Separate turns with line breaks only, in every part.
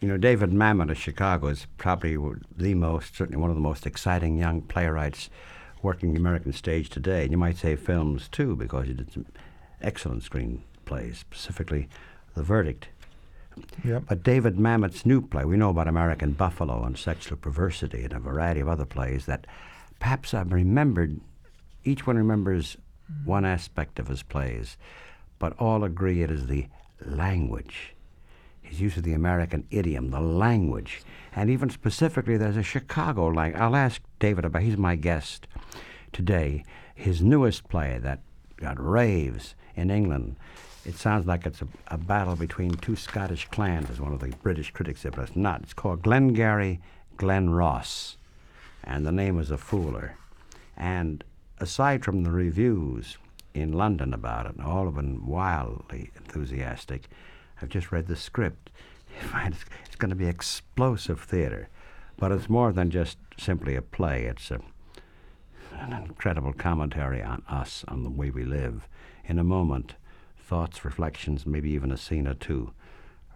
You know, David Mamet of Chicago is probably the most, certainly one of the most exciting young playwrights working the American stage today. And you might say films too, because he did some excellent screenplays, specifically The Verdict.
Yep.
But David Mamet's new play, we know about American Buffalo and sexual perversity and a variety of other plays that perhaps I've remembered, each one remembers one aspect of his plays, but all agree it is the language. His use of the American idiom, the language. And even specifically, there's a Chicago language. I'll ask David about, he's my guest today, his newest play that got raves in England. It sounds like it's a, a battle between two Scottish clans, as one of the British critics said, but it's not. It's called Glengarry Glen Ross, and the name is a fooler. And aside from the reviews in London about it, and all of them wildly enthusiastic, I've just read the script. You find It's, it's going to be explosive theater, but it's more than just simply a play. It's a, an incredible commentary on us, on the way we live. In a moment, thoughts, reflections, maybe even a scene or two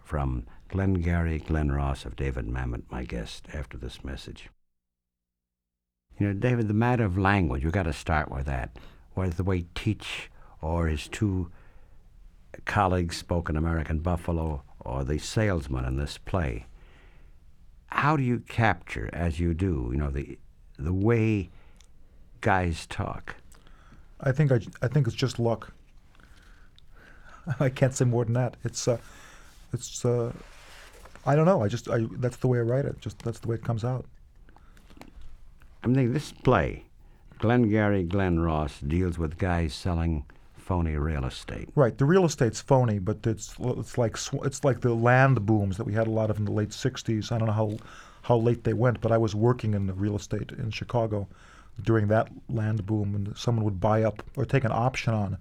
from Glengarry Glen Ross of David Mamet, my guest, after this message. You know, David, the matter of language, we've got to start with that. Whether the way Teach or his two colleagues spoke in American Buffalo or the salesman in this play, how do you capture, as you do, you know, the, the way guys talk?
I think I, I think it's just luck. I can't say more than that. It's uh, it's uh, I don't know. I just I that's the way I write it. Just that's the way it comes out.
I'm thinking this play, Glengarry Glen Ross, deals with guys selling phony real estate.
Right. The real estate's phony, but it's it's like sw- it's like the land booms that we had a lot of in the late '60s. I don't know how how late they went, but I was working in the real estate in Chicago during that land boom, and someone would buy up or take an option on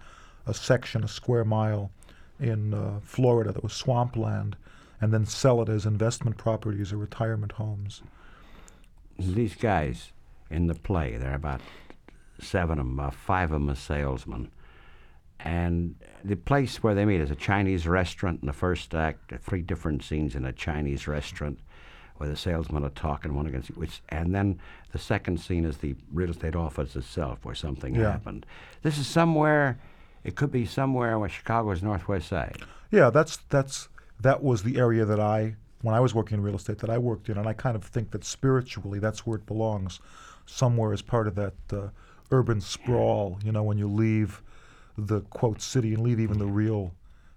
a section, a square mile, in uh, Florida that was swampland, and then sell it as investment properties or retirement homes.
These guys in the play, there are about seven of them, about five of them are salesmen. And the place where they meet is a Chinese restaurant in the first act, uh, three different scenes in a Chinese restaurant where the salesmen are talking one against which and then the second scene is the real estate office itself where something
Yeah.
happened. This is somewhere it could be somewhere where Chicago's northwest side.
Yeah, that's that's that was the area that I when I was working in real estate that I worked in, and I kind of think that spiritually that's where it belongs, somewhere as part of that uh, urban sprawl. You know, when you leave the quote city and leave even the real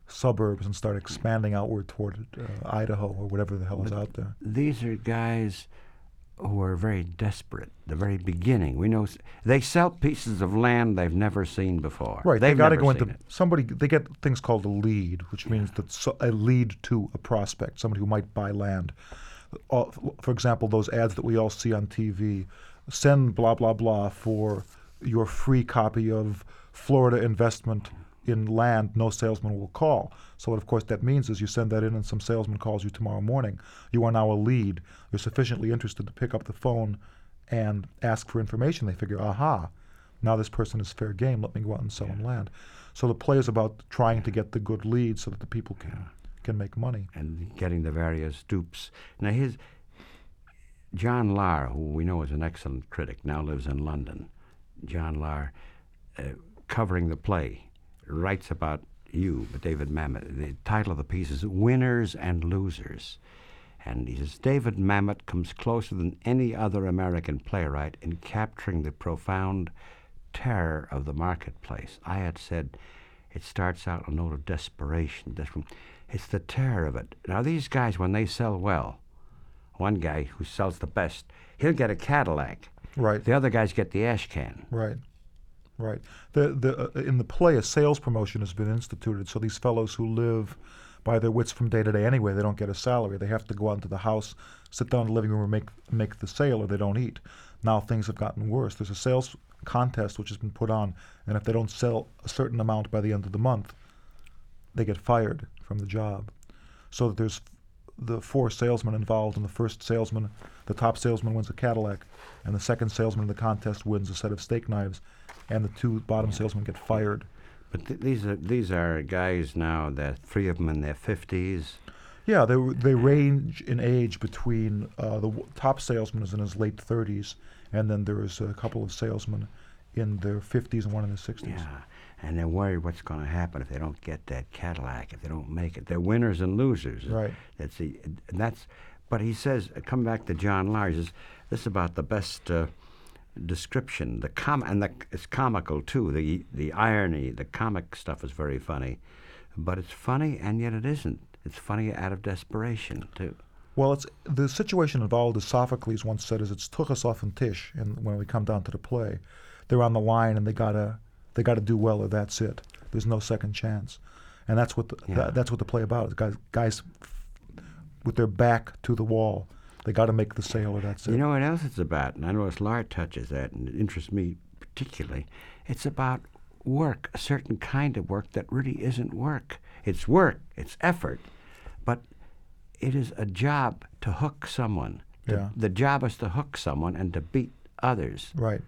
suburbs and start expanding outward toward uh, Idaho or whatever the hell is out there.
these are guys who are very desperate. The very beginning, we know s- they sell pieces of land they've never seen before.
Right,
they've
they got to
never
go into
seen it.
somebody. They get things called a lead, which means that so, a lead to a prospect, somebody who might buy land. Uh, for example, those ads that we all see on TV: send blah blah blah for your free copy of Florida investment in land. No salesman will call. So, what of course that means is you send that in, and some salesman calls you tomorrow morning. You are now a lead. You're sufficiently interested to pick up the phone and ask for information. They figure, aha, now this person is fair game. Let me go out and sell him land. So the play is about trying to get the good lead so that the people can can make money.
and getting the various dupes. Now, his John Lahr, who we know is an excellent critic, now lives in London. John Lahr, uh, covering the play, writes about you, but David Mamet. The title of the piece is "Winners and Losers," and he says David Mamet comes closer than any other American playwright in capturing the profound terror of the marketplace. I had said it starts out a note of desperation. desper- It's the terror of it. Now, these guys, when they sell well, one guy who sells the best, he'll get a Cadillac.
Right.
The other guys get the ash can.
Right. Right. The the uh, in the play a sales promotion has been instituted. So these fellows who live by their wits from day to day anyway, they don't get a salary. They have to go out to the house, sit down in the living room, and make make the sale, or they don't eat. Now things have gotten worse. There's a sales contest which has been put on, and if they don't sell a certain amount by the end of the month, they get fired from the job. So that there's the four salesmen involved, and the first salesman, the top salesman wins a Cadillac, and the second salesman in the contest wins a set of steak knives, and the two bottom salesmen get fired.
But th- these are these are guys now that three of them in their fifties.
Yeah, they were- they range in age between uh, the w- top salesman is in his late 30s, and then there is a couple of salesmen in their 50s and one in their 60s.
Yeah. And they're worried what's going to happen if they don't get that Cadillac, if they don't make it. They're winners and losers.
Right.
That's the, and that's, but he says, come back to John Lars. This, this is about the best uh, description. The com and the, it's comical too. The the irony, the comic stuff is very funny, but it's funny and yet it isn't. It's funny out of desperation too.
Well, it's the situation involved, as Sophocles once said, is it's took us off and tish, and when we come down to the play, they're on the line and they gotta they gotta do well or that's it. There's no second chance, and that's what the, tha-
Yeah.
that's what the play about. is Guys, guys f- with their back to the wall, they gotta make the sale or that's it.
You know what else it's about? And I know it's Lard touches that, and it interests me particularly. It's about work, a certain kind of work that really isn't work. It's work, it's effort, but it is a job to hook someone. The-
Yeah.
The job is to hook someone and to beat others.
Right.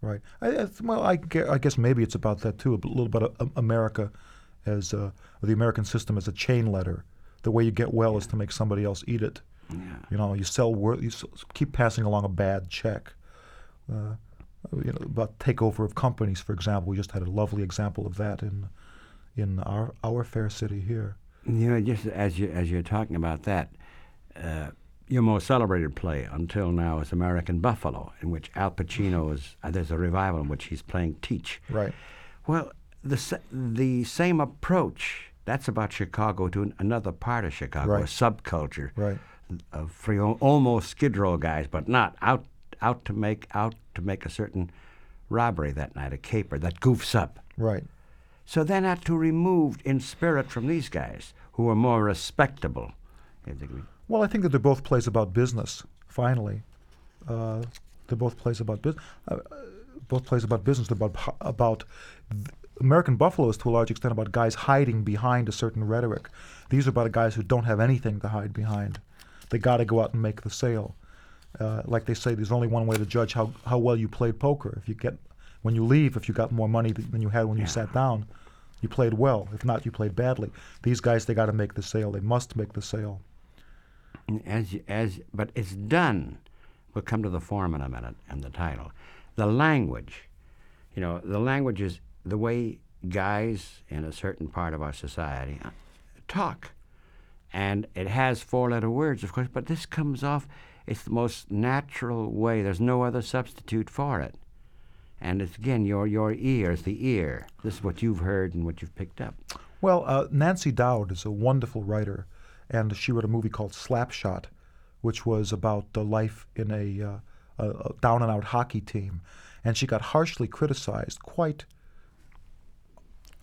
Right. I, I, well, I, gue- I guess maybe it's about that too. A little about uh, America as uh, the American system as a chain letter. The way you get well is to make somebody else eat it.
Yeah.
You know, you sell wor- you s- keep passing along a bad check. Uh, you know, about takeover of companies, for example. We just had a lovely example of that in in our our fair city here.
You know, just as you as you're talking about that, uh, your most celebrated play until now is American Buffalo, in which Al Pacino is. Uh, there's a revival in which he's playing Teach.
Right.
Well, the sa- the same approach. That's about Chicago to an, another part of Chicago, a
Right.
subculture
Right.
of free, almost Skid Row guys, but not out out to make out to make a certain robbery that night, a caper that goofs up.
Right.
So they're not too removed in spirit from these guys who are more respectable. If they can-
Well, I think that they're both plays about business. Finally, uh, they're both plays about business. Uh, uh, both plays about business. They're about h- about th- American Buffalo is to a large extent about guys hiding behind a certain rhetoric. These are about guys who don't have anything to hide behind. They got to go out and make the sale. Uh, like they say, there's only one way to judge how, how well you played poker. If you get when you leave, if you got more money th- than you had when you sat down, you played well. If not, you played badly. These guys, they got to make the sale. They must make the sale.
As you- as but it's done. We'll come to the form in a minute and the title. The language, you know, the language is the way guys in a certain part of our society uh, talk, and it has four-letter words, of course. But this comes off. It's the most natural way. There's no other substitute for it. And it's again your your ear is the ear. This is what you've heard and what you've picked up.
Well, uh, Nancy Dowd is a wonderful writer, and she wrote a movie called Slapshot, which was about the life in a, uh, a, a down and out hockey team. And she got harshly criticized, quite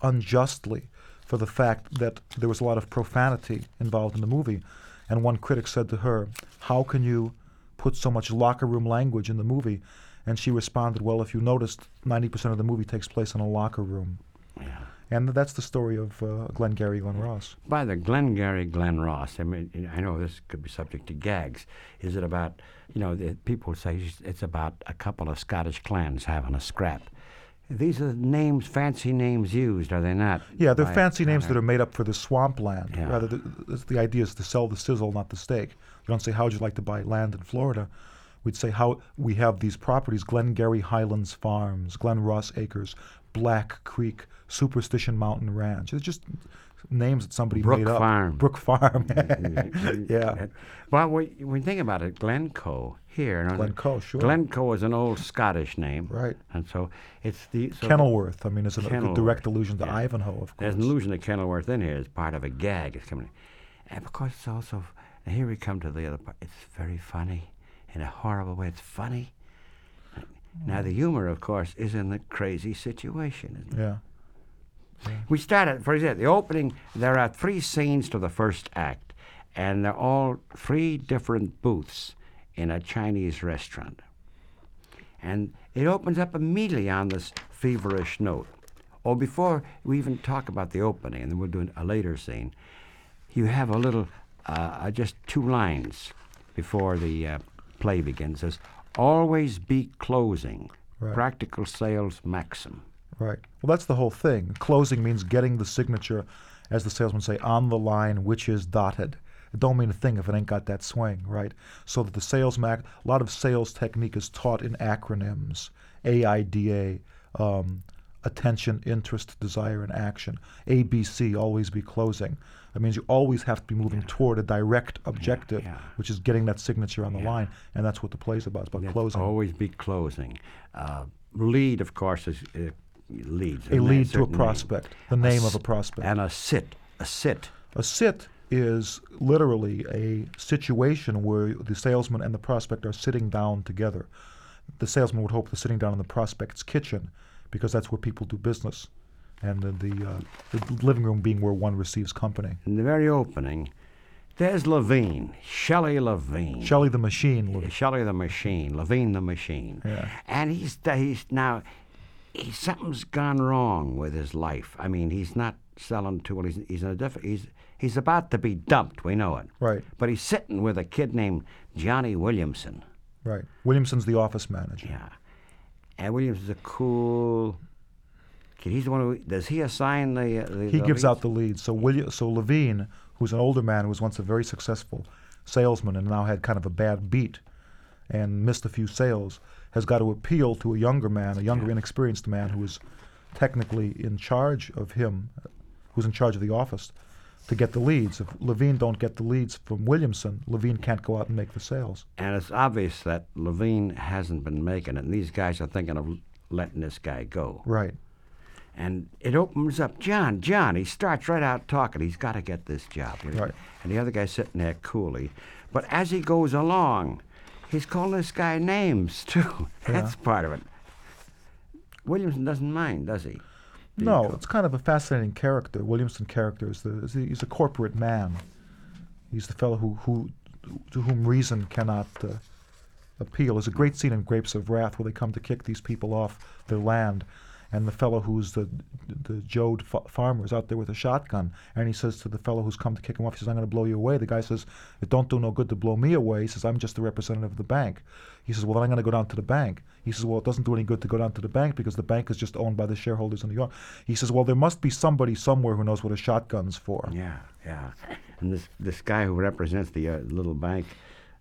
unjustly, for the fact that there was a lot of profanity involved in the movie. And one critic said to her, How can you put so much locker room language in the movie? And she responded, Well, if you noticed, 90% of the movie takes place in a locker room.
Yeah.
And that's the story of uh, Glengarry Glen Ross.
By the Glengarry Glen Ross, I mean, you know, I know this could be subject to gags. Is it about, you know, the, people say it's- it's about a couple of Scottish clans having a scrap. These are names, fancy names used, are they not?
Yeah, they're
by-
fancy names that are made up for the swampland.
Uh-huh. Yeah.
Rather, the, the idea is to sell the sizzle, not the steak. You don't say, "How'd you like to buy land in Florida?" We'd say, "How we have these properties: Glengarry Highlands Farms, Glen Ross Acres, Black Creek, Superstition Mountain Ranch." It's just names that somebody
Brook
made up.
Farm.
Brook Farm. yeah.
Well, when when you think about it, Glencoe here. you know,
Glencoe, sure.
Glencoe is an old Scottish name.
Right.
And so it's the. So
Kenilworth. I mean, it's a
Kenilworth,
direct allusion to
yeah.
Ivanhoe, of
There's
course.
an illusion of Kenilworth in here. It's part of a gag. It's coming. And because it's also, and here we come to the other part. It's very funny in a horrible way. It's funny. Now, the humor, of course, is in the crazy situation. Isn't it?
Yeah.
We started, for example, the opening, there are three scenes to the first act, and they're all three different booths in a Chinese restaurant. And it opens up immediately on this feverish note. Or before we even talk about the opening, and then we'll do an- a later scene, you have a little, uh, uh, just two lines before the uh, play begins. It says, Always be closing,
Right.
practical sales maxim.
Right. Well, that's the whole thing. Closing means getting the signature, as the salesmen say, on the line, which is dotted. It don't mean a thing if it ain't got that swing, right? So that the sales mac, a lot of sales technique is taught in acronyms, AIDA, um, attention, interest, desire, and action. ABC, always be closing. That means you always have to be moving toward a direct objective,
yeah.
which is getting that signature on the line, and that's what the play's about. It's about closing.
Always be closing. Uh, lead, of course, is uh, leads.
a
and
lead to a
certain name.
prospect, the name of a
s-
prospect.
And a sit, a sit.
A sit is literally a situation where the salesman and the prospect are sitting down together. The salesman would hope they're sitting down in the prospect's kitchen because that's where people do business, and the, the, uh, the living room being where one receives company.
In the very opening, there's Levine, Shelley Levine.
Shelley the Machine, Lou.
Shelley the Machine, Levine the Machine.
Yeah.
And he's, th- he's now, he, something's gone wrong with his life. I mean, he's not selling to, well, he's, he's in a different, he's, he's about to be dumped, we know it.
Right,
But he's sitting with a kid named Johnny Williamson.
right. Williamson's the office manager.
Yeah. And Williams is a cool kid. He's the one who, does he assign the. uh, the
He
the
gives
leads?
out the lead. So William, so Levine, who's an older man, who was once a very successful salesman and now had kind of a bad beat and missed a few sales, has got to appeal to a younger man, a younger, inexperienced man who is technically in charge of him, who's in charge of the office, to get the leads. If Levine don't get the leads from Williamson, Levine can't go out and make the sales.
And it's obvious that Levine hasn't been making it, and these guys are thinking of letting this guy go.
Right.
And it opens up. John, John, he starts right out talking. He's got to get this job. you know.
Right.
And the other guy's sitting there coolly. But as he goes along, he's calling this guy names, too. That's part of it. Williamson doesn't mind, does he?
No, it's kind of a fascinating character. Williamson character is the is the- he's a corporate man. He's the fellow who who to whom reason cannot uh, appeal. There's a great scene in Grapes of Wrath where they come to kick these people off their land, and the fellow who's the the Joad fa- farmer is out there with a shotgun, and he says to the fellow who's come to kick him off, he says, "I'm going to blow you away." The guy says, "It don't do no good to blow me away." He says, "I'm just the representative of the bank." He says, "Well, then I'm going to go down to the bank." He says, "Well, it doesn't do any good to go down to the bank because the bank is just owned by the shareholders in New York." He says, "Well, there must be somebody somewhere who knows what a shotgun's for."
Yeah, yeah. And this this guy who represents the uh, little bank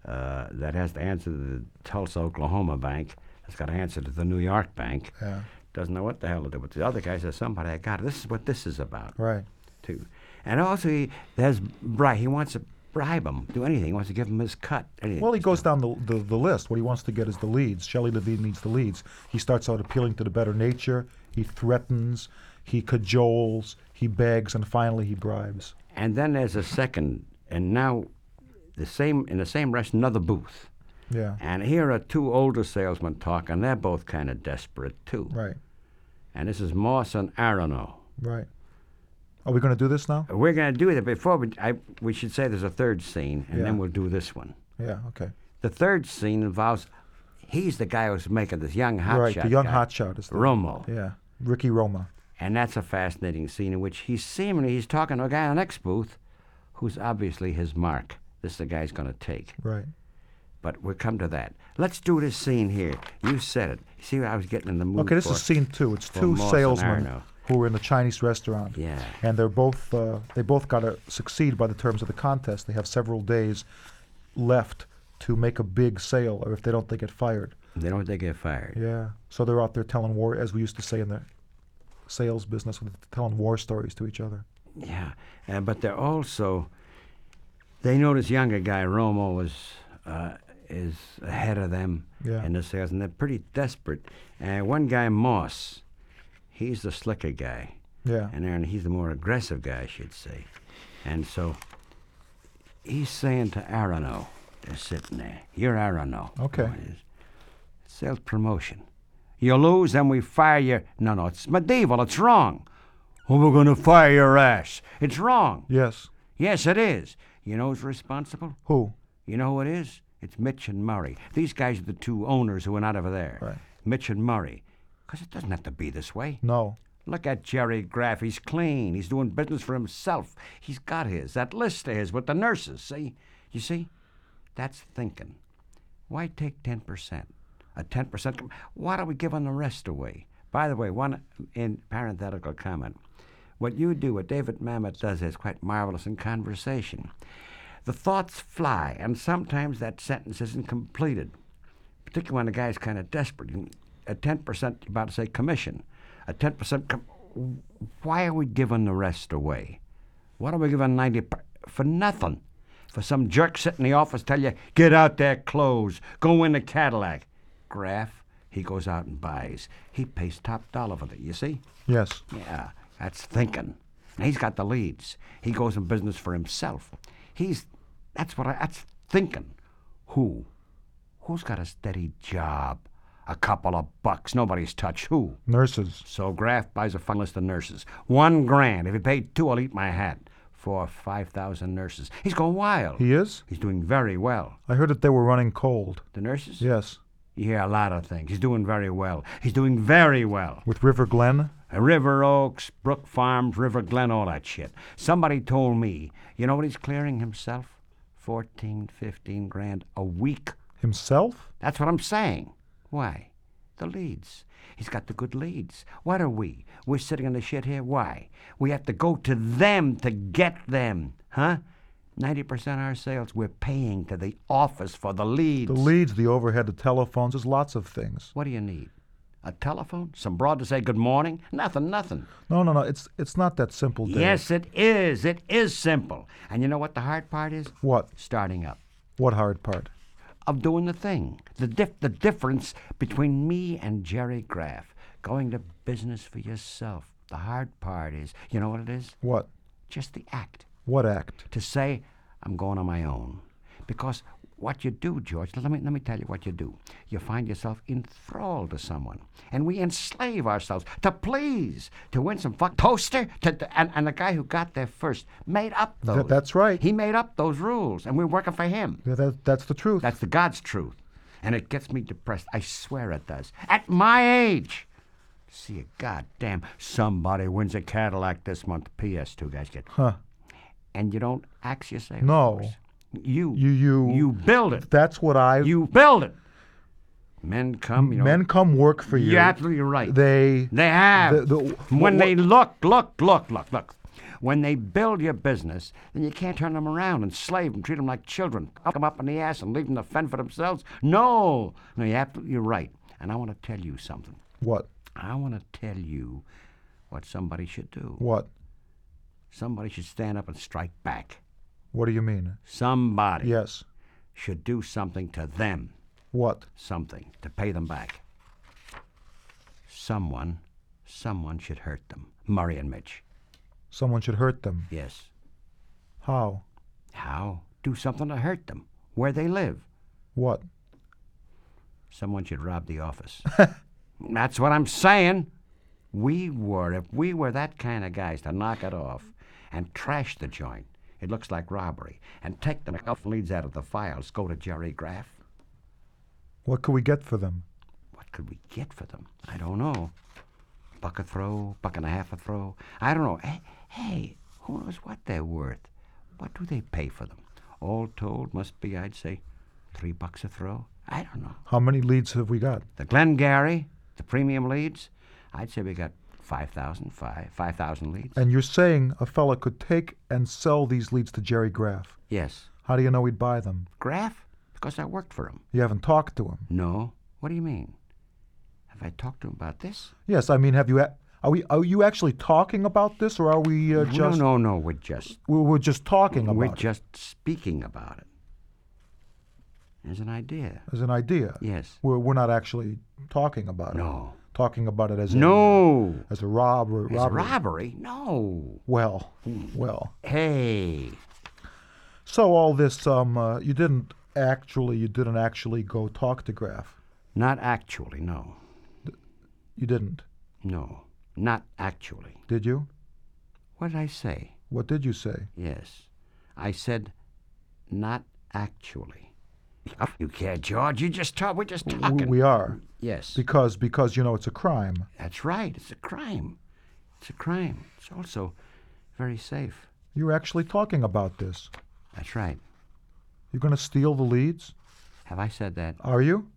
uh, that has to answer to the Tulsa, Oklahoma bank, that's got to answer to the New York bank,
Yeah.
doesn't know what the hell to do. But the other guy says, "Somebody, I got it. This is what this is about."
Right.
Too. And also, he there's bribe. He wants to bribe him, do anything. He wants to give him his cut. anything.
Well, he goes down the, the, the list. What he wants to get is the leads. Shelley Levine needs the leads. He starts out appealing to the better nature. He threatens. He cajoles. He begs, and finally he bribes.
and then there's a second, and now the same in the same restaurant, another booth.
Yeah.
And here are two older salesmen talking. They're both kind of desperate too.
Right.
And this is Moss and Aronow.
Right. Are we going to do this now?
We're going to do that before we. I, we should say there's a third scene, and then
Yeah.
we'll do this one.
Yeah. Okay.
The third scene involves he's the guy who's making this young hotshot.
right. The young
guy,
hotshot is the
Romo,
Yeah. Ricky Roma.
and that's a fascinating scene in which he's seemingly he's talking to a guy in the next booth, who's obviously his mark. This is the guy he's going to take.
Right.
But we'll come to that. Let's do this scene here. You said it. See what I was getting in the mood
Okay. This
for.
is scene two. It's
for
two
Moss and
salesmen
Arno.
who are in a Chinese restaurant.
Yeah.
and they're both uh, they both got to succeed by the terms of the contest. They have several days left to make a big sale, or if they don't, they get fired.
They don't they get fired.
Yeah, so they're out there telling war, as we used to say in the sales business, with- telling war stories to each other.
Yeah, uh, but they're also they know this younger guy Romo is uh, is ahead of them
Yeah.
in the sales, and they're pretty desperate. And one guy Moss, he's the slicker guy,
Yeah,
and Aaron, he's the more aggressive guy, I should say. And so he's saying to Arono, they're sitting there, "You're Arono."
Okay.
Sales promotion. You lose, then we fire you. No, no, it's medieval. It's wrong. Well, we're going to fire your ass. It's wrong.
yes.
Yes, it is. You know who's responsible?
Who?
You know who it is? It's Mitch and Murray. These guys are the two owners who went out over there.
Right.
Mitch and Murray. Because it doesn't have to be this way.
No.
Look at Jerry Graff. He's clean. He's doing business for himself. He's got his. That list of his with the nurses, see? You see? That's thinking. Why take 10%? A 10%? com- Why don't we give on the rest away? By the way, one in parenthetical comment. What you do, what David Mamet does, is quite marvelous in conversation. The thoughts fly, and sometimes that sentence isn't completed, particularly when the guy's kind of desperate. You- A 10% about to say commission, a 10% com- why are we giving the rest away? What are we giving 90 per- for nothing? For some jerk sitting in the office tell you, get out there, close, go in the Cadillac. Graph, he goes out and buys. He pays top dollar for it, you see?
Yes.
Yeah, that's thinking. And he's got the leads. He goes in business for himself. He's that's what I that's thinking. Who? Who's got a steady job? A couple of bucks. Nobody's touched. Who?
Nurses.
So Graff buys a fun list of nurses. One grand. If he paid two, I'll eat my hat. For five thousand nurses. He's going wild.
He is?
He's doing very well.
I heard that they were running cold.
The nurses?
Yes.
You hear a lot of things. He's doing very well. He's doing very well.
With River Glen?
Uh, River Oaks, Brook Farms, River Glen, all that shit. Somebody told me, you know what he's clearing himself? 14, 15 grand a week.
Himself?
That's what I'm saying. Why? The leads. He's got the good leads. What are we? We're sitting in the shit here. Why? We have to go to them to get them. Huh? 90% of our sales, we're paying to the office for the leads.
The leads, the overhead, the telephones, there's lots of things.
what do you need? A telephone? Some broad to say good morning? Nothing, nothing.
No, no, no. It's it's not that simple, Dave.
Yes, it is. It is simple. And you know what the hard part is?
What?
Starting up,
What hard part?
of doing the thing. The, dif- the difference between me and Jerry Graff, going to business for yourself. The hard part is, you know what it is?
What?
Just the act.
What act?
To say, I'm going on my own. Because what you do, George, let me, let me tell you what you do. You find yourself enthralled to someone. And we enslave ourselves to please, to win some fuck toaster. To, to- and, and the guy who got there first made up those.
Th- that's right.
He made up those rules, and we're working for him.
Yeah, that, that's the truth.
That's the God's truth. And it gets me depressed. I swear it does. At my age. See a goddamn somebody wins a Cadillac this month. P.S. Two guys get.
Huh.
And you don't axe yourself.
No.
You.
You- you-
You build it.
That's what I.
You build it. Men come. You know,
men come work for you.
You're absolutely right.
They.
They have.
The- the-
when
wh-
they look, look, look, look, look. When they build your business, then you can't turn them around and slave them, treat them like children, fuck them up in the ass and leave them to fend for themselves. No, no, you're absolutely right. And I want to tell you something.
What?
I want to tell you what somebody should do.
What?
Somebody should stand up and strike back.
What do you mean?
Somebody
Yes.
should do something to them,
What?
something to pay them back. Someone, someone should hurt them. Murray and Mitch.
Someone should hurt them.
Yes.
How?
How? Do something to hurt them. Where they live.
What?
Someone should rob the office. That's what I'm saying. We were, if we were that kind of guys to knock it off and trash the joint, it looks like robbery, and take the off leads out of the files, go to Jerry Graff.
What could we get for them?
What could we get for them? I don't know. Buck a throw, buck and a half a throw. I don't know. Hey, hey, who knows what they're worth? What do they pay for them? All told, must be, I'd say, three bucks a throw. I don't know.
How many leads have we got?
The Glengarry, the premium leads, I'd say we got 5,000, five- 5,000 leads.
And you're saying a fella could take and sell these leads to Jerry Graff.
Yes.
How do you know he'd buy them?
Graff? Because I worked for him.
You haven't talked to him.
No. What do you mean? Have I talked to him about this?
Yes, I mean, have you? A- are we? Are you actually talking about this, or are we uh,
no,
just?
no, no. We're just
we- We're just talking about
we're
it
just speaking about it. There's an idea.
as an idea.
Yes.
We're, we're not actually talking about it.
No.
Talking about it as a,
No.
as a rob or
Is it
robbery.
robbery? No.
Well, well.
Hey.
So all this, um, uh, you didn't actually, you didn't actually go talk to Graf.
Not actually, no.
You didn't,
No. Not actually.
did you?
What did I say?
What did you say?
Yes. I said, not actually. You care, George. You just talk. We're just
W-
talking.
We are
yes.
because because you know it's a crime.
That's right. It's a crime. It's a crime. It's also very safe.
You're actually talking about this.
That's right.
You're going to steal the leads.
Have I said that?
Are you?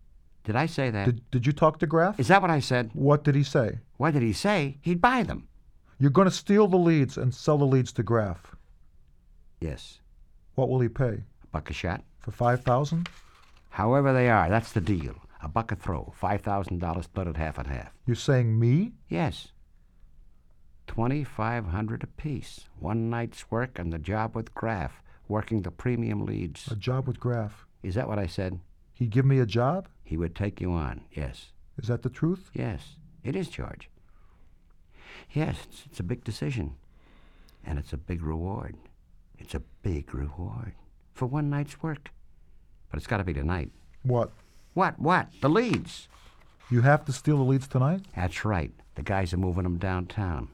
Did I say that? Is
Did, did you talk to Graff?
that what I said?
What did he say?
What did he say? He'd buy them.
You're going to steal the leads and sell the leads to Graff.
Yes.
What will he pay?
A buck a shot.
For 5000
However they are, that's the deal. A buck a throw. $5,000 split it half and half.
You're saying me?
Yes. 2500 apiece. One night's work and the job with Graff, working the premium leads.
A job with Graff.
Is that what I said?
He'd give me a job?
He would take you on. Yes.
Is that the truth?
Yes. It is, George. Yes, it's, it's a big decision. And it's a big reward. It's a big reward for one night's work. But it's got to be tonight.
What?
What? What? The leads.
You have to steal the leads tonight?
That's right. The guys are moving them downtown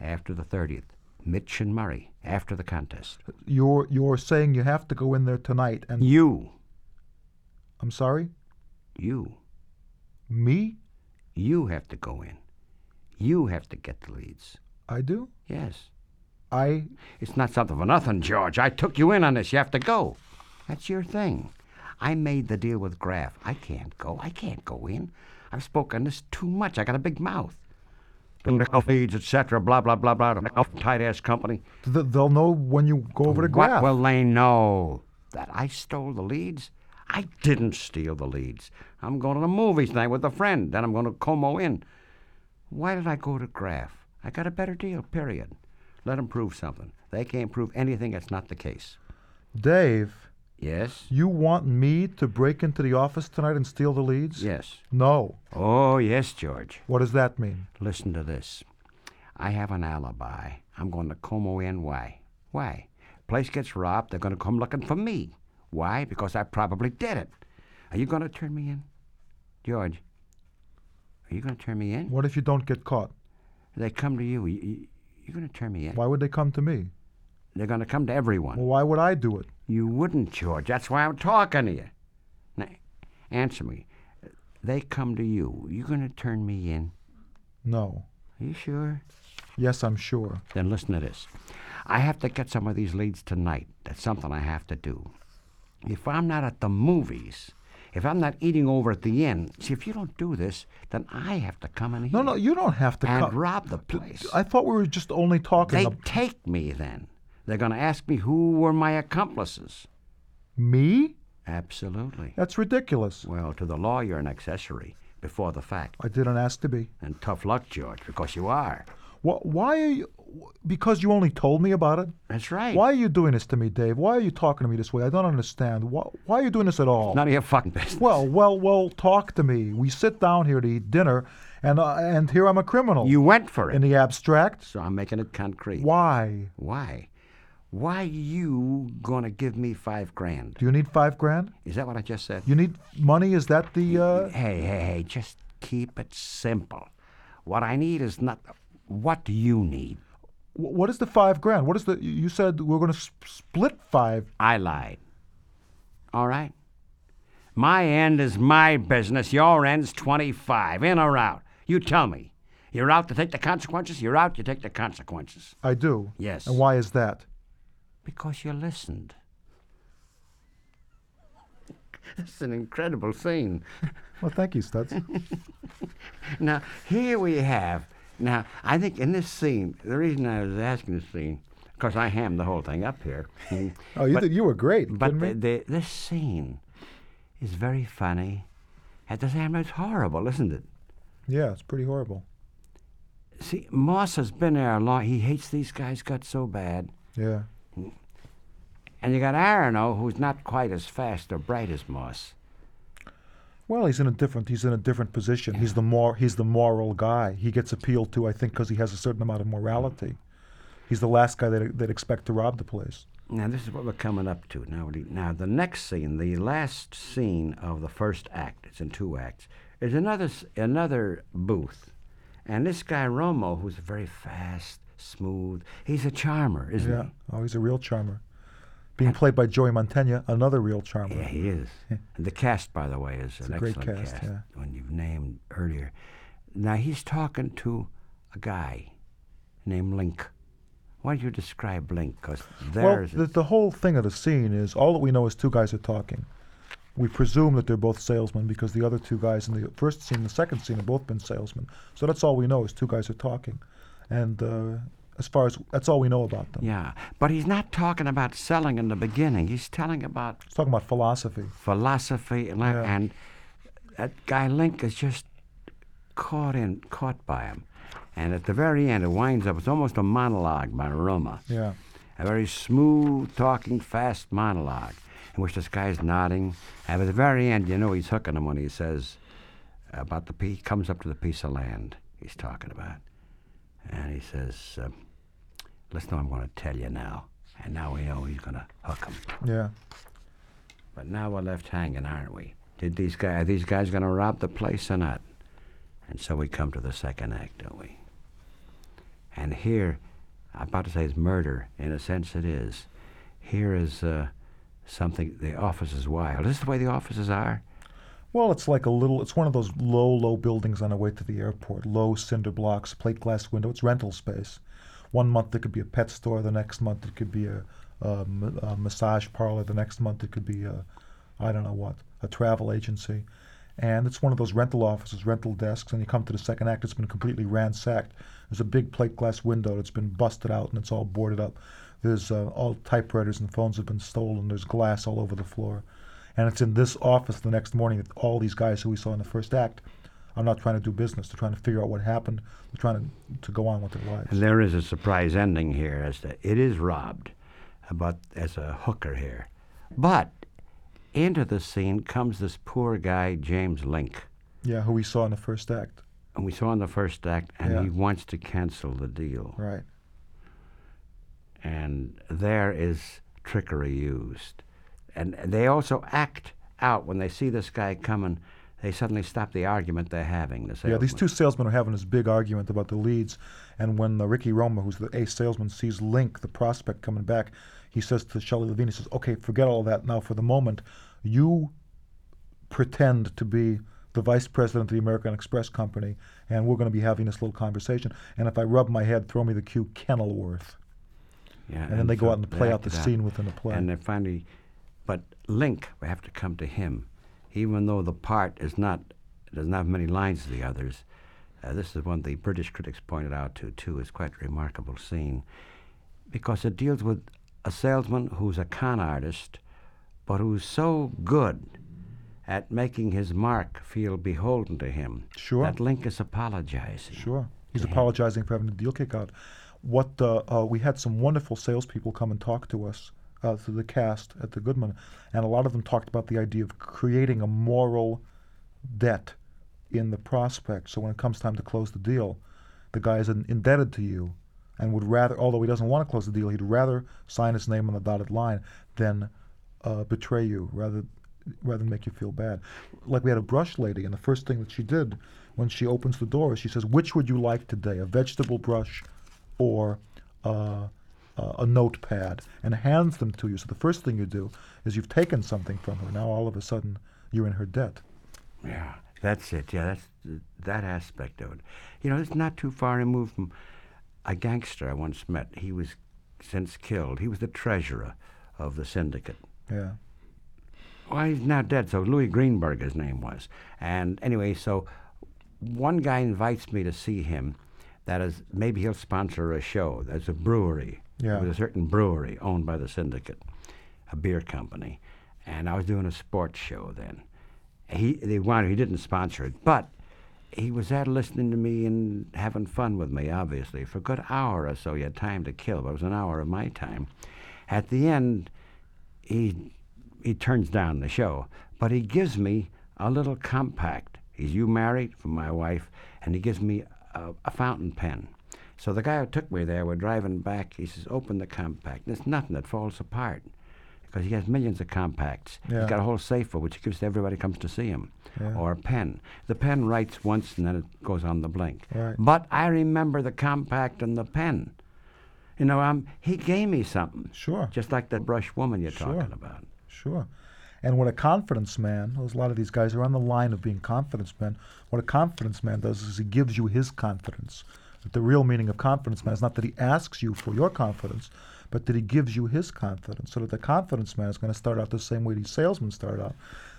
after the 30th. Mitch and Murray after the contest.
You're you're saying you have to go in there tonight and
You,
I'm sorry?
you,
Me?
you have to go in. You have to get the leads.
I do?
Yes.
I
It's not something for nothing, George. I took you in on this. You have to go. That's your thing. I made the deal with Graff. I can't go. I can't go in. I've spoken this too much. I got a big mouth. Feeds, etc. Blah blah blah blah. Tight ass company.
th- they'll know when you go over to
What
Graff.
will they know? That I stole the leads? I didn't steal the leads. I'm going to the movies tonight with a friend. Then I'm going to Como Inn. Why did I go to Graff? I got a better deal, period. Let 'em prove something. They can't prove anything that's not the case.
Dave,
Yes?
you want me to break into the office tonight and steal the leads?
Yes.
No.
Oh, yes, George.
What does that mean?
Listen to this. I have an alibi. I'm going to Como Inn. Why? Why? Place gets robbed. They're going to come looking for me. Why? Because I probably did it. Are you going to turn me in? George, are you going to turn me in?
What if you don't get caught?
They come to you. You- you- You're going to turn me in.
Why would they come to me?
They're going to come to everyone.
Well, why would I do it?
You wouldn't, George. That's why I'm talking to you. Now, answer me. They come to you. You're going to turn me in.
No.
Are you sure?
Yes, I'm sure.
Then listen to this. I have to get some of these leads tonight. That's something I have to do. If I'm not at the movies, if I'm not eating over at the inn, see, if you don't do this, then I have to come in here
No, no, you don't have to
and
come.
rob the place.
I thought we were just only talking
they
ab-
take me then. They're going to ask me who were my accomplices.
me.
Absolutely.
That's ridiculous.
Well, to the law, you're an accessory before the fact.
I didn't ask to be.
And tough luck, George, because you are.
Wh- Why are you? Because you only told me about it.
That's right.
Why are you doing this to me, Dave? Why are you talking to me this way? I don't understand. Why, why are you doing this at all?
None of your fucking business.
well, well, well. Talk to me. We sit down here to eat dinner, and uh, and here I'm a criminal
you went for it.
in the abstract.
So I'm making it concrete.
Why?
Why? Why you gonna give me five grand?
Do you need five grand?
Is that what I just said?
You need money? Is that the? Uh,
Hey, hey, hey, just keep it simple. What I need is not what do you need.
wh- what is the five grand? What is the? You said we're going to sp- split five.
I lied. All right? My end is my business. Your end's 25. In or out? You tell me. You're out to take the consequences? You're out, you take the consequences.
I do.
Yes.
And why is that?
Because you listened. It's an incredible scene.
Well, thank you, Studs.
Now, here we have. Now, I think in this scene, the reason I was asking this scene, because I hammed the whole thing up here. Mm.
Oh, you, did, you were great. you
but
kidding me?
the, the, this scene is very funny. At the same time, it's horrible, isn't it?
yeah, it's pretty horrible.
See, Moss has been there a long. He hates these guys got so bad.
Yeah.
And you got Aronow, who's not quite as fast or bright as Moss.
Well, he's in a different he's in a different position. He's the more he's the moral guy. He gets appealed to, I think, because he has a certain amount of morality. He's the last guy that that expect to rob the place.
Now this is what we're coming up to. Now, the- now the next scene, the last scene of the first act, it's in two acts, is another s- another booth, and this guy Romo, who's very fast, smooth, he's a charmer, isn't
Yeah. Oh, he's a real charmer. Being played by Joey Montana, another real charmer.
he? Yeah, he is. And the cast, by the way, is an
a great
excellent
cast, yeah.
one you've named earlier. Now he's talking to a guy named Link. Why don't you describe Link? Because
Well,
there's
the, the whole thing of the scene is all that we know is two guys are talking. We presume that they're both salesmen because the other two guys in the first scene, and the second scene, have both been salesmen. So that's all we know is two guys are talking, and uh, as far as that's all we know about them.
Yeah, but he's not talking about selling in the beginning. He's telling about
It's talking about philosophy.
philosophy, and, like-
Yeah.
and that guy Link is just caught in, caught by him. And at the very end, it winds up. It's almost a monologue by Roma,
Yeah,
a very smooth talking, fast monologue in which this guy's nodding. And at the very end, you know he's hooking him when he says about the piece. Comes up to the piece of land he's talking about, and he says, uh, "Listen, I'm going to tell you now." And now we know he's going to hook him.
yeah.
But now we're left hanging, aren't we? Did these guys, are these guys going to rob the place or not? And so we come to the second act, don't we? And here, I'm about to say it's murder. In a sense, it is. Here is uh, something, the office is wild. Is this the way the offices are?
Well, it's like a little. It's one of those low, low buildings on the way to the airport. Low cinder blocks, plate glass window. It's rental space. One month it could be a pet store. The next month it could be a, a, ma- a massage parlor. The next month it could be a, I don't know what, a travel agency. And it's one of those rental offices, rental desks. And you come to the second act, it's been completely ransacked. There's a big plate glass window that's been busted out and it's all boarded up. There's uh, all typewriters and phones have been stolen. There's glass all over the floor. And it's in this office the next morning that all these guys who we saw in the first act are not trying to do business. They're trying to figure out what happened. They're trying to, to go on with their lives.
And there is a surprise ending here as to it is robbed, but as a hooker here. But into the scene comes this poor guy, James Link.
Yeah, who we saw in the first act.
And we saw in the first act, and
Yeah.
he wants to cancel the deal.
Right.
And there is trickery used. And they also act out when they see this guy coming. They suddenly stop the argument they're having. The
Yeah, these
salesman.
two salesmen are having this big argument about the leads, and when uh, Ricky Roma, who's the ace salesman, sees Link, the prospect, coming back, he says to Shelley Levine, he says, "Okay, forget all that now. For the moment, you pretend to be the vice president of the American Express Company, and we're going to be having this little conversation. And if I rub my head, throw me the cue Kenilworth."
"Oh, Yeah,
And, then they go
so
out and play out the
act it
scene within the play.
And they finally, but Link, we have to come to him, even though the part is not does not have many lines to the others. Uh, this is one the British critics pointed out to too. It's quite a remarkable scene, because it deals with a salesman who's a con artist, but who's so good at making his mark feel beholden to him
Sure.
that Link is apologizing.
Sure. He's apologizing for having the deal kick out. What uh, uh, we had some wonderful salespeople come and talk to us, uh, to the cast at the Goodman, and a lot of them talked about the idea of creating a moral debt in the prospect. So when it comes time to close the deal, the guy is in- indebted to you and would rather, although he doesn't want to close the deal, he'd rather sign his name on the dotted line than uh, betray you rather rather than make you feel bad. Like we had a brush lady, and the first thing that she did when she opens the door, she says, "Which would you like today, a vegetable brush or uh, uh, a notepad?" and hands them to you. So the first thing you do is you've taken something from her. Now all of a sudden you're in her debt.
Yeah, that's it. Yeah, that's th- that aspect of it. You know, it's not too far removed from a gangster I once met. He was since killed. He was the treasurer of the syndicate.
Yeah,
Well, Oh, he's now dead. So Louis Greenberg, his name was. And anyway, so one guy invites me to see him. That is, maybe he'll sponsor a show. There's a brewery.
Yeah.
It was a certain brewery owned by the syndicate, a beer company, and I was doing a sports show then. He they wanted he didn't sponsor it, but he was there listening to me and having fun with me, obviously, for a good hour or so. He had time to kill, but it was an hour of my time. At the end, he he turns down the show, but he gives me a little compact. He's you married from my wife, and he gives me a, a fountain pen. So the guy who took me there, we're driving back. He says, "Open the compact." And it's nothing that falls apart, because he has millions of compacts.
Yeah.
He's got a whole safe full, which he gives to everybody who comes to see him,
Yeah.
or a pen. The pen writes once, and then it goes on the blink.
Right.
But I remember the compact and the pen. You know, um, he gave me something,
sure.
just like that brush woman you're
Sure.
talking about.
Sure. And what a confidence man, there's a lot of these guys are on the line of being confidence men. What a confidence man does is he gives you his confidence. But the real meaning of confidence man is not that he asks you for your confidence, but that he gives you his confidence so that the confidence man is going to start out the same way these salesmen start out.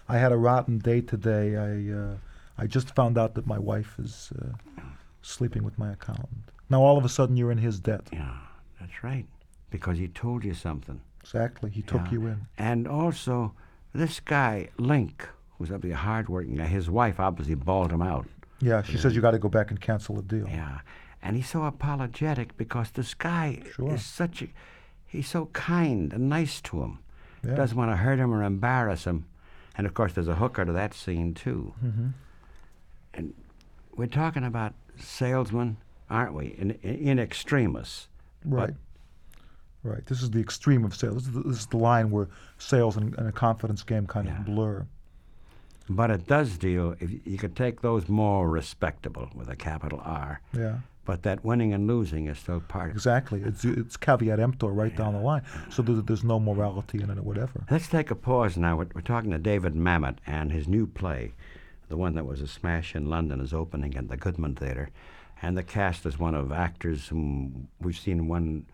I had a rotten day today. I uh, I just found out that my wife is uh, sleeping with my accountant. Now all of a sudden you're in his debt.
Yeah, that's right. Because he told you something.
Exactly. He took
Yeah.
you in.
And also, this guy, Link, who's a hard-working guy, his wife obviously bawled him out.
Yeah. She says you got to go back and cancel the deal.
Yeah. And he's so apologetic because this guy
Sure.
is such a, he's so kind and nice to him.
Yeah.
Doesn't want to hurt him or embarrass him. And of course, there's a hooker to that scene, too.
Mhm.
And we're talking about salesmen, aren't we? In, in, in extremis.
Right. Right. This is the extreme of sales. This is the, this is the line where sales and, and a confidence game kind
Yeah.
of blur.
But it does deal, if y- you could take those more respectable with a capital R.
Yeah.
But that winning and losing is still part of it.
Exactly. It's it's caveat emptor right down the line. So there, there's no morality in it or whatever.
Let's take a pause now. We're, we're talking to David Mamet and his new play, the one that was a smash in London, is opening at the Goodman Theatre. And the cast is one of actors whom we've seen one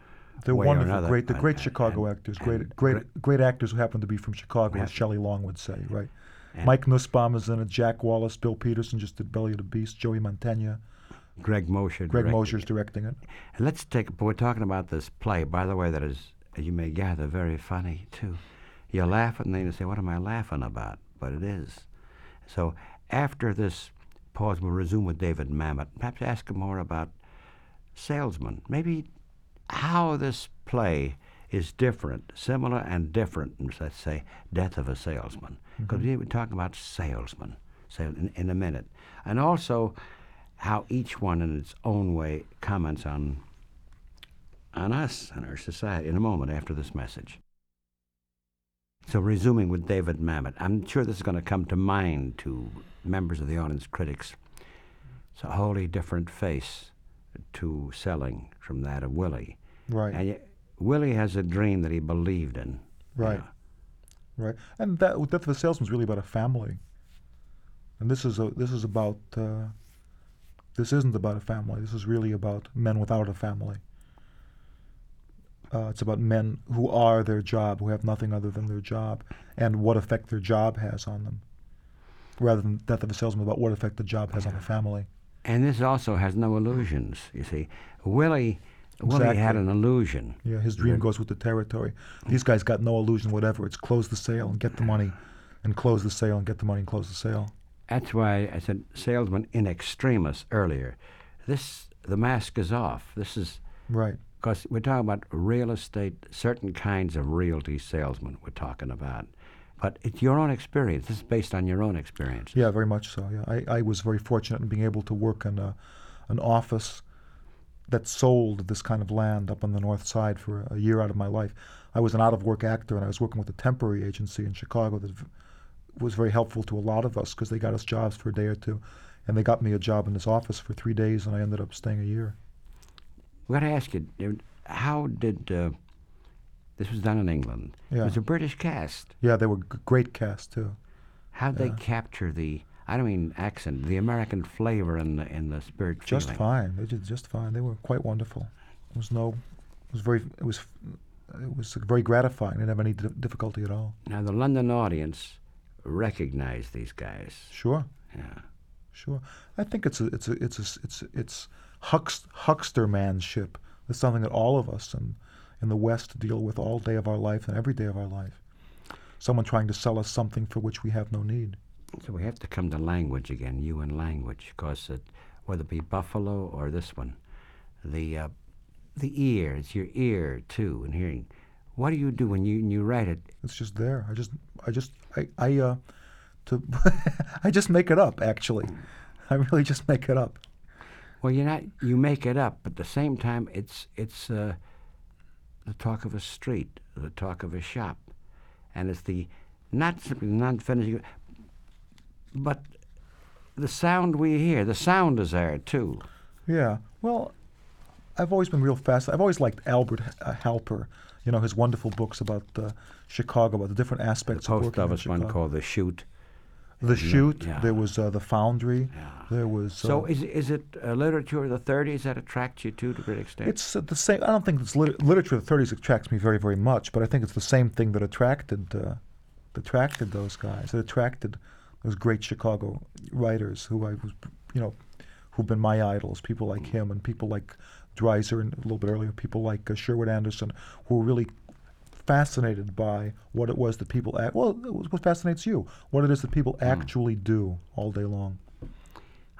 They're
way
wonderful,
or another.
great, the
And-
great
and-
Chicago
and-
actors,
and
great, great, great actors who happen to be from Chicago, as Shelley Long would say, right?
and
Mike Nussbaum is in it, Jack Wallace, Bill Peterson just did Belly of the Beast, Joey Mantegna,
Greg Mosher.
Greg
directed
Mosher's directing it.
And let's take. a- We're talking about this play, by the way. That is, as you may gather, very funny too. You laugh at it and then you say, "What am I laughing about?" But it is. So after this pause, we'll resume with David Mamet. Perhaps ask him more about salesmen. Maybe how this play is different, similar and different. from, Let's say, death of a salesman, because we were talking about salesmen. So in, in a minute, and also how each one in its own way comments on on us and our society in a moment after this message. So, resuming with David Mamet, I'm sure this is going to come to mind to members of the audience, critics. It's a wholly different face to selling from that of Willie.
Right,
And yet, Willie has a dream that he believed in. you
right,
know.
right. And that Death of a Salesman is really about a family, and this is a this is about uh, this isn't about a family. This is really about men without a family. Uh, it's about men who are their job, who have nothing other than their job, and what effect their job has on them, rather than Death of a Salesman about what effect the job has on the family.
And this also has no illusions, you see. Willie, Willie had
Exactly.
an illusion.
Yeah, his dream goes with the territory. These guys got no illusion whatever. It's close the sale and get the money, and close the sale and get the money and close the sale.
That's why I said salesman in extremis earlier. This the mask is off. This is
Right.
because we're talking about real estate, certain kinds of realty salesmen we're talking about. But it's your own experience. This is based on your own experience.
Yeah, very much so. Yeah, I, I was very fortunate in being able to work in a, an office that sold this kind of land up on the north side for a year out of my life. I was an out of work actor, and I was working with a temporary agency in Chicago that v- was very helpful to a lot of us because they got us jobs for a day or two, and they got me a job in this office for three days, and I ended up staying a year.
We're going to ask you, David, how did uh, this was done in England? It
Yeah.
was a British cast.
Yeah, they were g- great cast too.
How would they capture the I don't mean accent, the American flavor and the in the spirit
just
feeling.
fine. They did just fine. They were quite wonderful. It was no, it was very, it was, it was very gratifying. Didn't have any di- difficulty at all.
Now the London audience recognized these guys.
Sure,
Yeah.
sure. I think it's a, it's a, it's a, s- it's it's huckst, huckster manship. It's something that all of us in, in the West deal with all day of our life and every day of our life. Someone trying to sell us something for which we have no need.
So we have to come to language again, you and language, because it, whether it be Buffalo or this one, the uh, the ear, it's your ear too, and hearing. What do you do when you when you write it?
It's just there. I just, I just, I, I, uh, to, I just make it up. Actually, I really just make it up.
Well, you're not you make it up, but at the same time, it's it's uh, the talk of a street, the talk of a shop, and it's the not simply non-finishing, but the sound we hear. The sound is there too.
Yeah. Well, I've always been real fast. I've always liked Albert H- uh, Halper. You know his wonderful books about uh, Chicago, about the different
The
aspects of
post
working in
office one
Chicago.
called the shoot.
The Shoot.
yeah.
There was uh, The Foundry. There was. Uh,
So is, is it uh, literature of the 30s that attracts you to to a great extent?
it's uh, the same. I don't think it's lit- literature of the 30s attracts me very, very much, but I think it's the same thing that attracted, uh, that attracted those guys. That attracted those great Chicago writers who I was, you know, who've been my idols. People like
Mm.
him and people like Dreiser and a little bit earlier, people like uh, Sherwood Anderson, who were really fascinated by what it was that people act. Well, it was what fascinates you? What it is that
Mm.
people actually do all day long?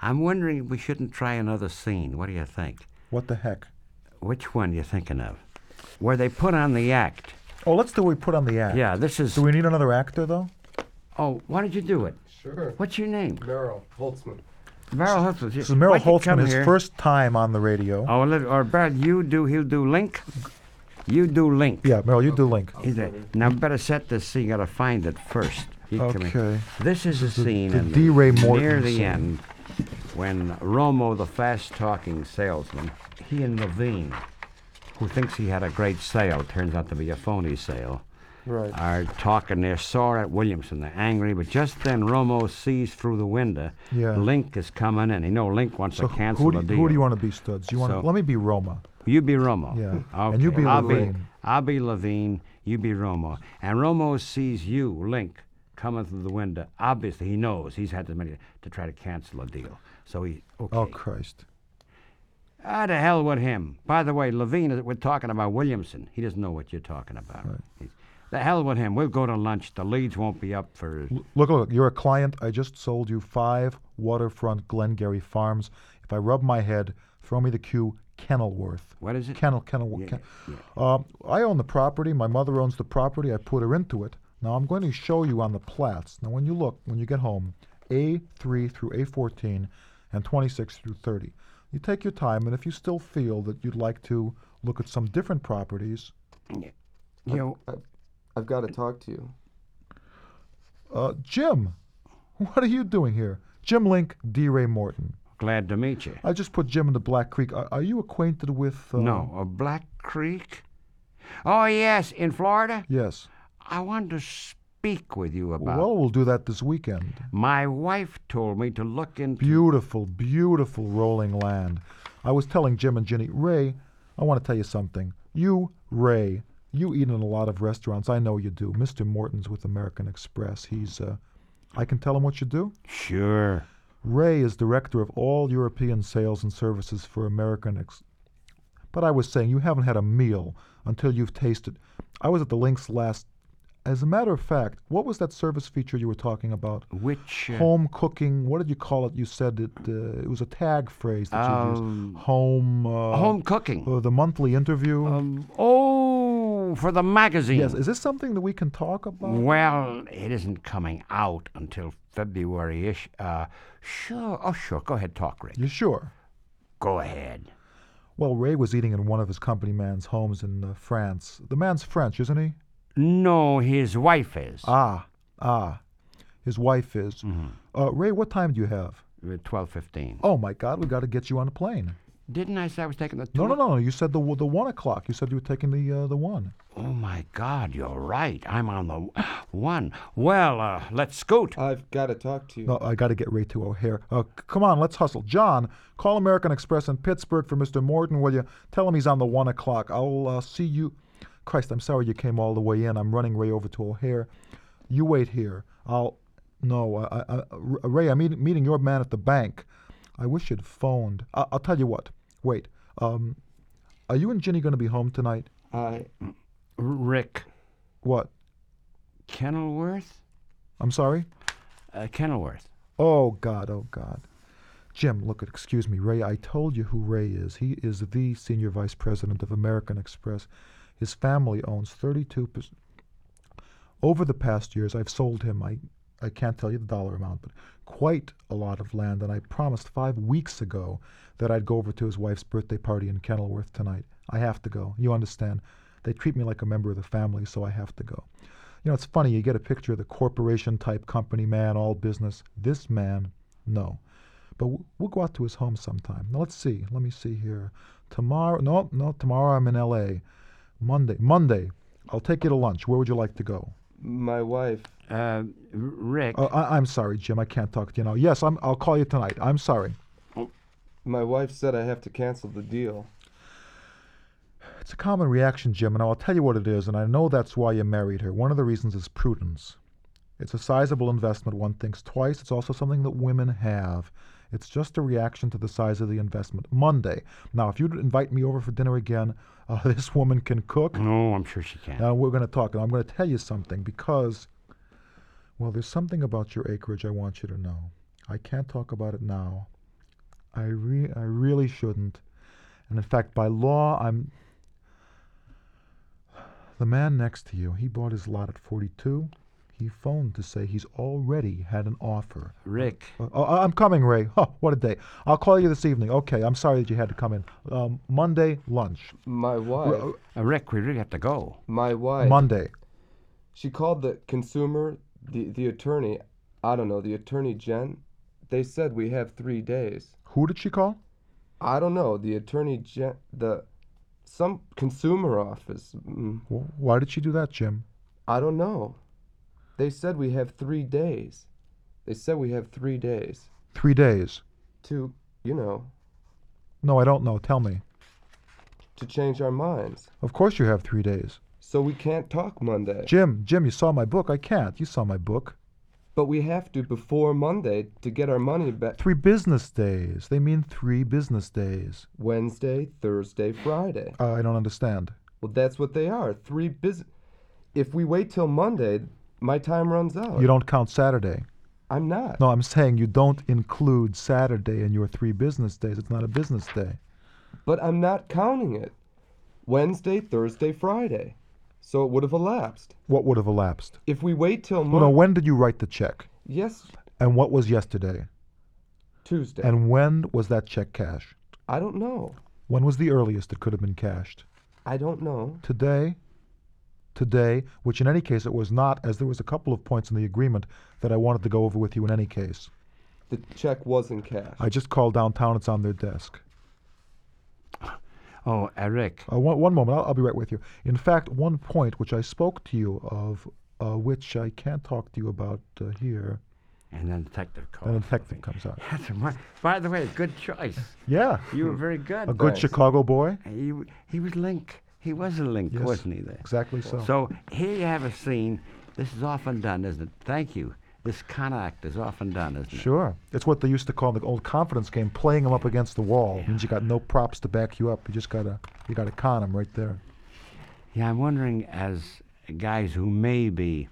I'm wondering if we shouldn't try another scene. What do you think?
What the heck?
Which one you thinking of? Where they put on the act.
Oh, let's do what we put on the act.
Yeah, this is.
Do we need another actor though?
Oh, why did you do it?
Sure.
What's your name?
Merrill Holtzman.
Merrill Holtzman.
This is Merrill
Why'd you come
Holtzman, his
here?
first time on the radio.
Oh, let, or Brad, you do, he'll do Link. You do Link.
Yeah, Merrill, you do link.
He's a, now, better set this scene. You gotta find it first. You come here.
Okay.
This is a scene
the
in
D. Ray
near
Morton
the
scene.
end when Romo, the fast talking salesman, he and Levine, who thinks he had a great sale, turns out to be a phony sale,
Right.
are talking. They're sore at Williamson. They're angry. But just then, Romo sees through the window
Yeah.
Link is coming in. You know, Link wants
So
to
who
cancel
do,
the
you-
deal.
who do you want to be, Studs? You want
So-
to, let me be Roma.
You be Romo.
Yeah.
Okay.
And you be
I'll Be,
Levine.
I'll be Levine. You be Romo. And Romo sees you, Link, coming through the window. Obviously, he knows he's had the money to try to cancel a deal. So he okay.
Oh Christ!
Ah, to hell with him. By the way, Levine, is- we're talking about Williamson. He doesn't know what you're talking about. He's- The hell with him. We'll go to lunch. The leads won't be up for.
L- Look, look, you're a client. I just sold you five waterfront Glengarry Farms. If I rub my head, throw me the cue Kenilworth.
What is it?
Kennel, Kenilworth. Ken- Um, I own the property. My mother owns the property. I put her into it. Now I'm going to show you on the plats. Now, when you look, when you get home, A3 through A14 and 26 through 30. You take your time, and if you still feel that you'd like to look at some different properties,
You know,
I've got to talk to you.
uh, Jim, what are you doing here? Jim Link, D. Ray Morton.
glad to meet you.
I just put Jim into Black Creek. Are, are you acquainted with? Uh,
no, a Black Creek. Oh yes, in Florida.
Yes.
I wanted to speak with you about.
Well, we'll do that this weekend.
My wife told me to look into.
Beautiful, beautiful rolling land. I was telling Jim and Ginny, Ray, I want to tell you something. You, Ray, you eat in a lot of restaurants. I know you do. Mr. Morton's with American Express. He's, uh, I can tell him what you do.
Sure.
Ray is director of all European sales and services for American Ex. But I was saying you haven't had a meal until you've tasted. I was at the Lynx last. As a matter of fact, what was that service feature you were talking about?
Which uh,
Home cooking. What did you call it? You said it. Uh, it was a tag phrase that you
Um,
used. Home. Uh,
home cooking?
Uh, the monthly interview.
Um, oh, for the magazine.
yes. Is this something that we can talk about?
Mm. Well, it isn't coming out until February-ish. Uh, sure. Oh, sure. Go ahead, talk, Rick.
You sure?
Go ahead.
Well, Ray was eating in one of his company man's homes in uh, France. The man's French, isn't he?
No, his wife is.
Ah, ah. His wife is. Uh, Ray, what time do you have?
Twelve fifteen.
Oh my God, we got to get you on a plane.
Didn't I say I was taking the?
No,
two-
no, no, no. You said the w- the one o'clock. You said you were taking the uh, the one.
Oh my God, you're right. I'm on the one. Well, uh, let's scoot.
I've got to talk to you.
No, I got to get Ray to O'Hare. Uh, c- come on, let's hustle. John, call American Express in Pittsburgh for Mr. Morton, will you? Tell him he's on the one o'clock. I'll uh, see you. Christ, I'm sorry you came all the way in. I'm running Ray over to O'Hare. You wait here. I'll. No, I, I, I- R- Ray, I'm meet, meeting your man at the bank. I wish you'd phoned. I, I'll tell you what. Wait. Um, are you and Ginny going to be home tonight?
I
Rick
What?
Kenilworth.
I'm sorry?
Uh, Kenilworth.
Oh God, oh God. Jim, look, excuse me, Ray, I told you who Ray is. He is the senior vice president of American Express. His family owns 32%. Over the past years, I've sold him, I, I can't tell you the dollar amount, but quite a lot of land, and I promised five weeks ago that I'd go over to his wife's birthday party in Kenilworth tonight. I have to go. You understand? They treat me like a member of the family, so I have to go. You know, it's funny, you get a picture of the corporation type company man, all business. This man, no. But w- we'll go out to his home sometime. Now, let's see. Let me see here. Tomorrow, no, no, tomorrow I'm in LA. Monday, Monday, I'll take you to lunch. Where would you like to go?
my wife.
Uh, R- Rick,
Oh, I, I'm sorry, Jim. I can't talk to you now. Yes, I'm, I'll call you tonight. I'm sorry.
My wife said I have to cancel the deal.
It's a common reaction, Jim, and I'll tell you what it is, and I know that's why you married her. One of the reasons is prudence. It's a sizable investment one thinks twice. It's also something that women have. It's just a reaction to the size of the investment. Monday. Now, if you'd invite me over for dinner again, uh, this woman can cook.
no, I'm sure she can.
Now, we're going to talk, and I'm going to tell you something because, well, there's something about your acreage I want you to know. I can't talk about it now. I, re- I really shouldn't. And in fact, by law, I'm. The man next to you, he bought his lot at 42. He phoned to say he's already had an offer.
Rick,
Uh, Oh, I- I'm coming, Ray. Oh, what a day. I'll call you this evening. Okay, I'm sorry that you had to come in. Um, Monday, lunch.
My wife.
R-
uh, Rick, we really have to go.
my wife.
Monday.
She called the consumer, the the attorney. I don't know the attorney, Jen. They said we have three days.
Who did she call?
I don't know the attorney, Jen. The some consumer office. Mm,
Wh- Why did she do that, Jim?
I don't know. They said we have three days. They said we have three days
Three days.
to, you know,
No, I don't know. Tell me.
to change our minds.
Of course you have three days.
So we can't talk Monday.
Jim, Jim, you saw my book. I can't. You saw my book.
But we have to before Monday to get our money back.
Three business days. They mean three business days.
Wednesday, Thursday, Friday.
Uh, I don't understand.
Well, that's what they are. Three business. If we wait till Monday, my time runs out.
You don't count Saturday.
I'm not.
No, I'm saying you don't include Saturday in your three business days. It's not a business day.
But I'm not counting it. Wednesday, Thursday, Friday. So it would have elapsed.
What would have elapsed?
If we wait till
Well, no,
Monday.
when did you write the check?
yes,
And what was yesterday?
Tuesday.
And when was that check cashed?
I don't know.
When was the earliest it could have been cashed?
I don't know.
today, today, which in any case it was not, as there was a couple of points in the agreement that I wanted to go over with you in any case.
The check wasn't cashed.
I just called downtown, it's on their desk.
Oh, uh, Rick,
Uh, one, one moment, I'll, I'll be right with you. In fact, one point which I spoke to you of, uh, which I can't talk to you about uh, here,
and then detective
and
call.
in fact it comes out.
That's a mar- By the way, good choice.
Yeah,
You were very good.
a good
Thanks.
Chicago boy.
He, w- he was Link. He was a Link,
Yes,
wasn't he? There.
Exactly so.
So here you have a scene. This is often done, isn't it? Thank you. This con act is often done, isn't it?
Sure. It's what they used to call in the old confidence game, playing them up against the wall. Means you got no props to back you up. You just gotta, you gotta con them right there.
Yeah, I'm wondering, as guys who may be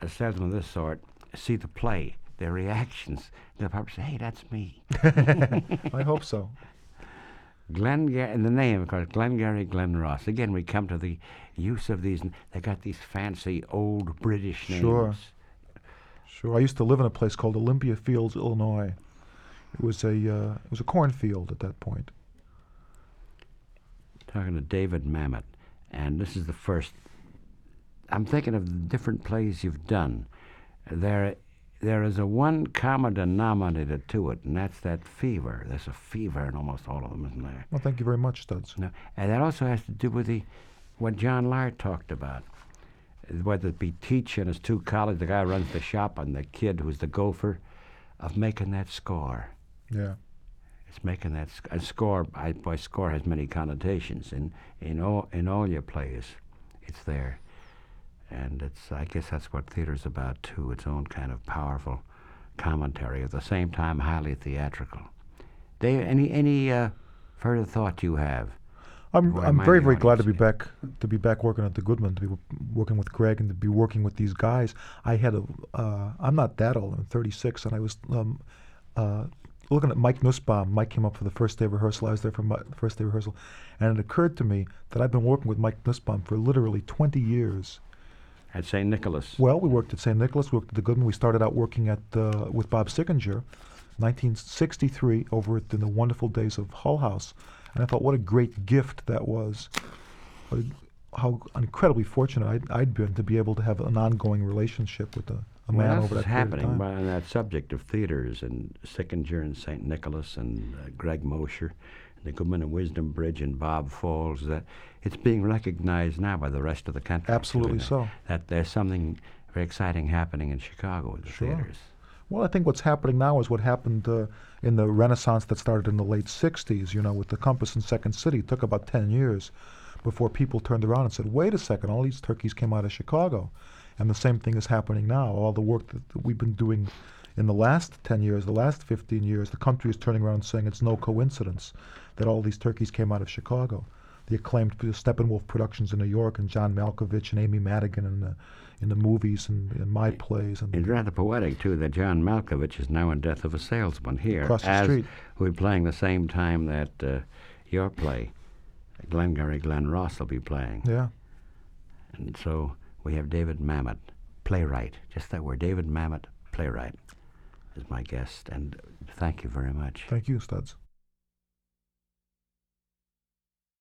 a salesman of this sort see the play, their reactions, they'll probably say, hey, that's me.
I hope so.
Glenn, and the name, of course, Glengarry Glen Ross. Again, we come to the use of these. n- They got these fancy old British names.
Sure. Sure. I used to live in a place called Olympia Fields, Illinois. It was a uh, it was a cornfield at that point.
Talking to David Mamet, and this is the first. I'm thinking of the different plays you've done. There, there is a one common denominator to it, and that's that fever. There's a fever in almost all of them, isn't there?
Well, thank you very much, Studs.
No, and that also has to do with the what John Lard talked about. Whether it be Teach and his two colleagues, the guy who runs the shop, and the kid who's the gopher, of making that score.
Yeah.
It's making that sc- and score. I, boy, score has many connotations in in all in all your plays. It's there, and it's. I guess that's what theater's about too. Its own kind of powerful commentary, at the same time highly theatrical. Dave, any any uh, further thought you have?
I'm
Boy,
I'm
my
very very
audience
glad to be
here.
back to be back working at the Goodman to be w- working with Greg and to be working with these guys. I had a uh, I'm not that old. I'm 36, and I was um, uh, looking at Mike Nussbaum. Mike came up for the first day of rehearsal. I was there for my first day of rehearsal, and it occurred to me that I've been working with Mike Nussbaum for literally 20 years.
At St. Nicholas.
Well, we worked at St. Nicholas, worked at the Goodman. We started out working at uh, with Bob Sickinger, 1963, over at the, the wonderful days of Hull House. And I thought, what a great gift that was. What a- how incredibly fortunate I'd, I'd been to be able to have an ongoing relationship with a, a
What
man
else
over
is
that period of
happening
time.
by- on that subject of theaters and Sickinger and St. Nicholas and uh, Greg Mosher? the Goodman and Wisdom Bridge in Bob Falls, that it's being recognized now by the rest of the country.
Absolutely
that-
so.
That there's something very exciting happening in Chicago with the theaters.
Well, I think what's happening now is what happened uh, in the Renaissance that started in the late 60s, you know, with the Compass and Second City. It took about 10 years before people turned around and said, wait a second, all these turkeys came out of Chicago. And the same thing is happening now. All the work that, that we've been doing in the last 10 years, the last 15 years, the country is turning around and saying it's no coincidence that all these turkeys came out of Chicago. The acclaimed p- Steppenwolf productions in New York and John Malkovich and Amy Madigan in the, in the movies and, and my plays. and
It's rather poetic, too, that John Malkovich is now in Death of a Salesman here.
Across the
as
street.
We're playing the same time that uh, your play, Glengarry Glen Ross, will be playing.
Yeah.
And so we have David Mamet, playwright. Just that word, David Mamet, playwright, is my guest. And thank you very much.
Thank you, Studs.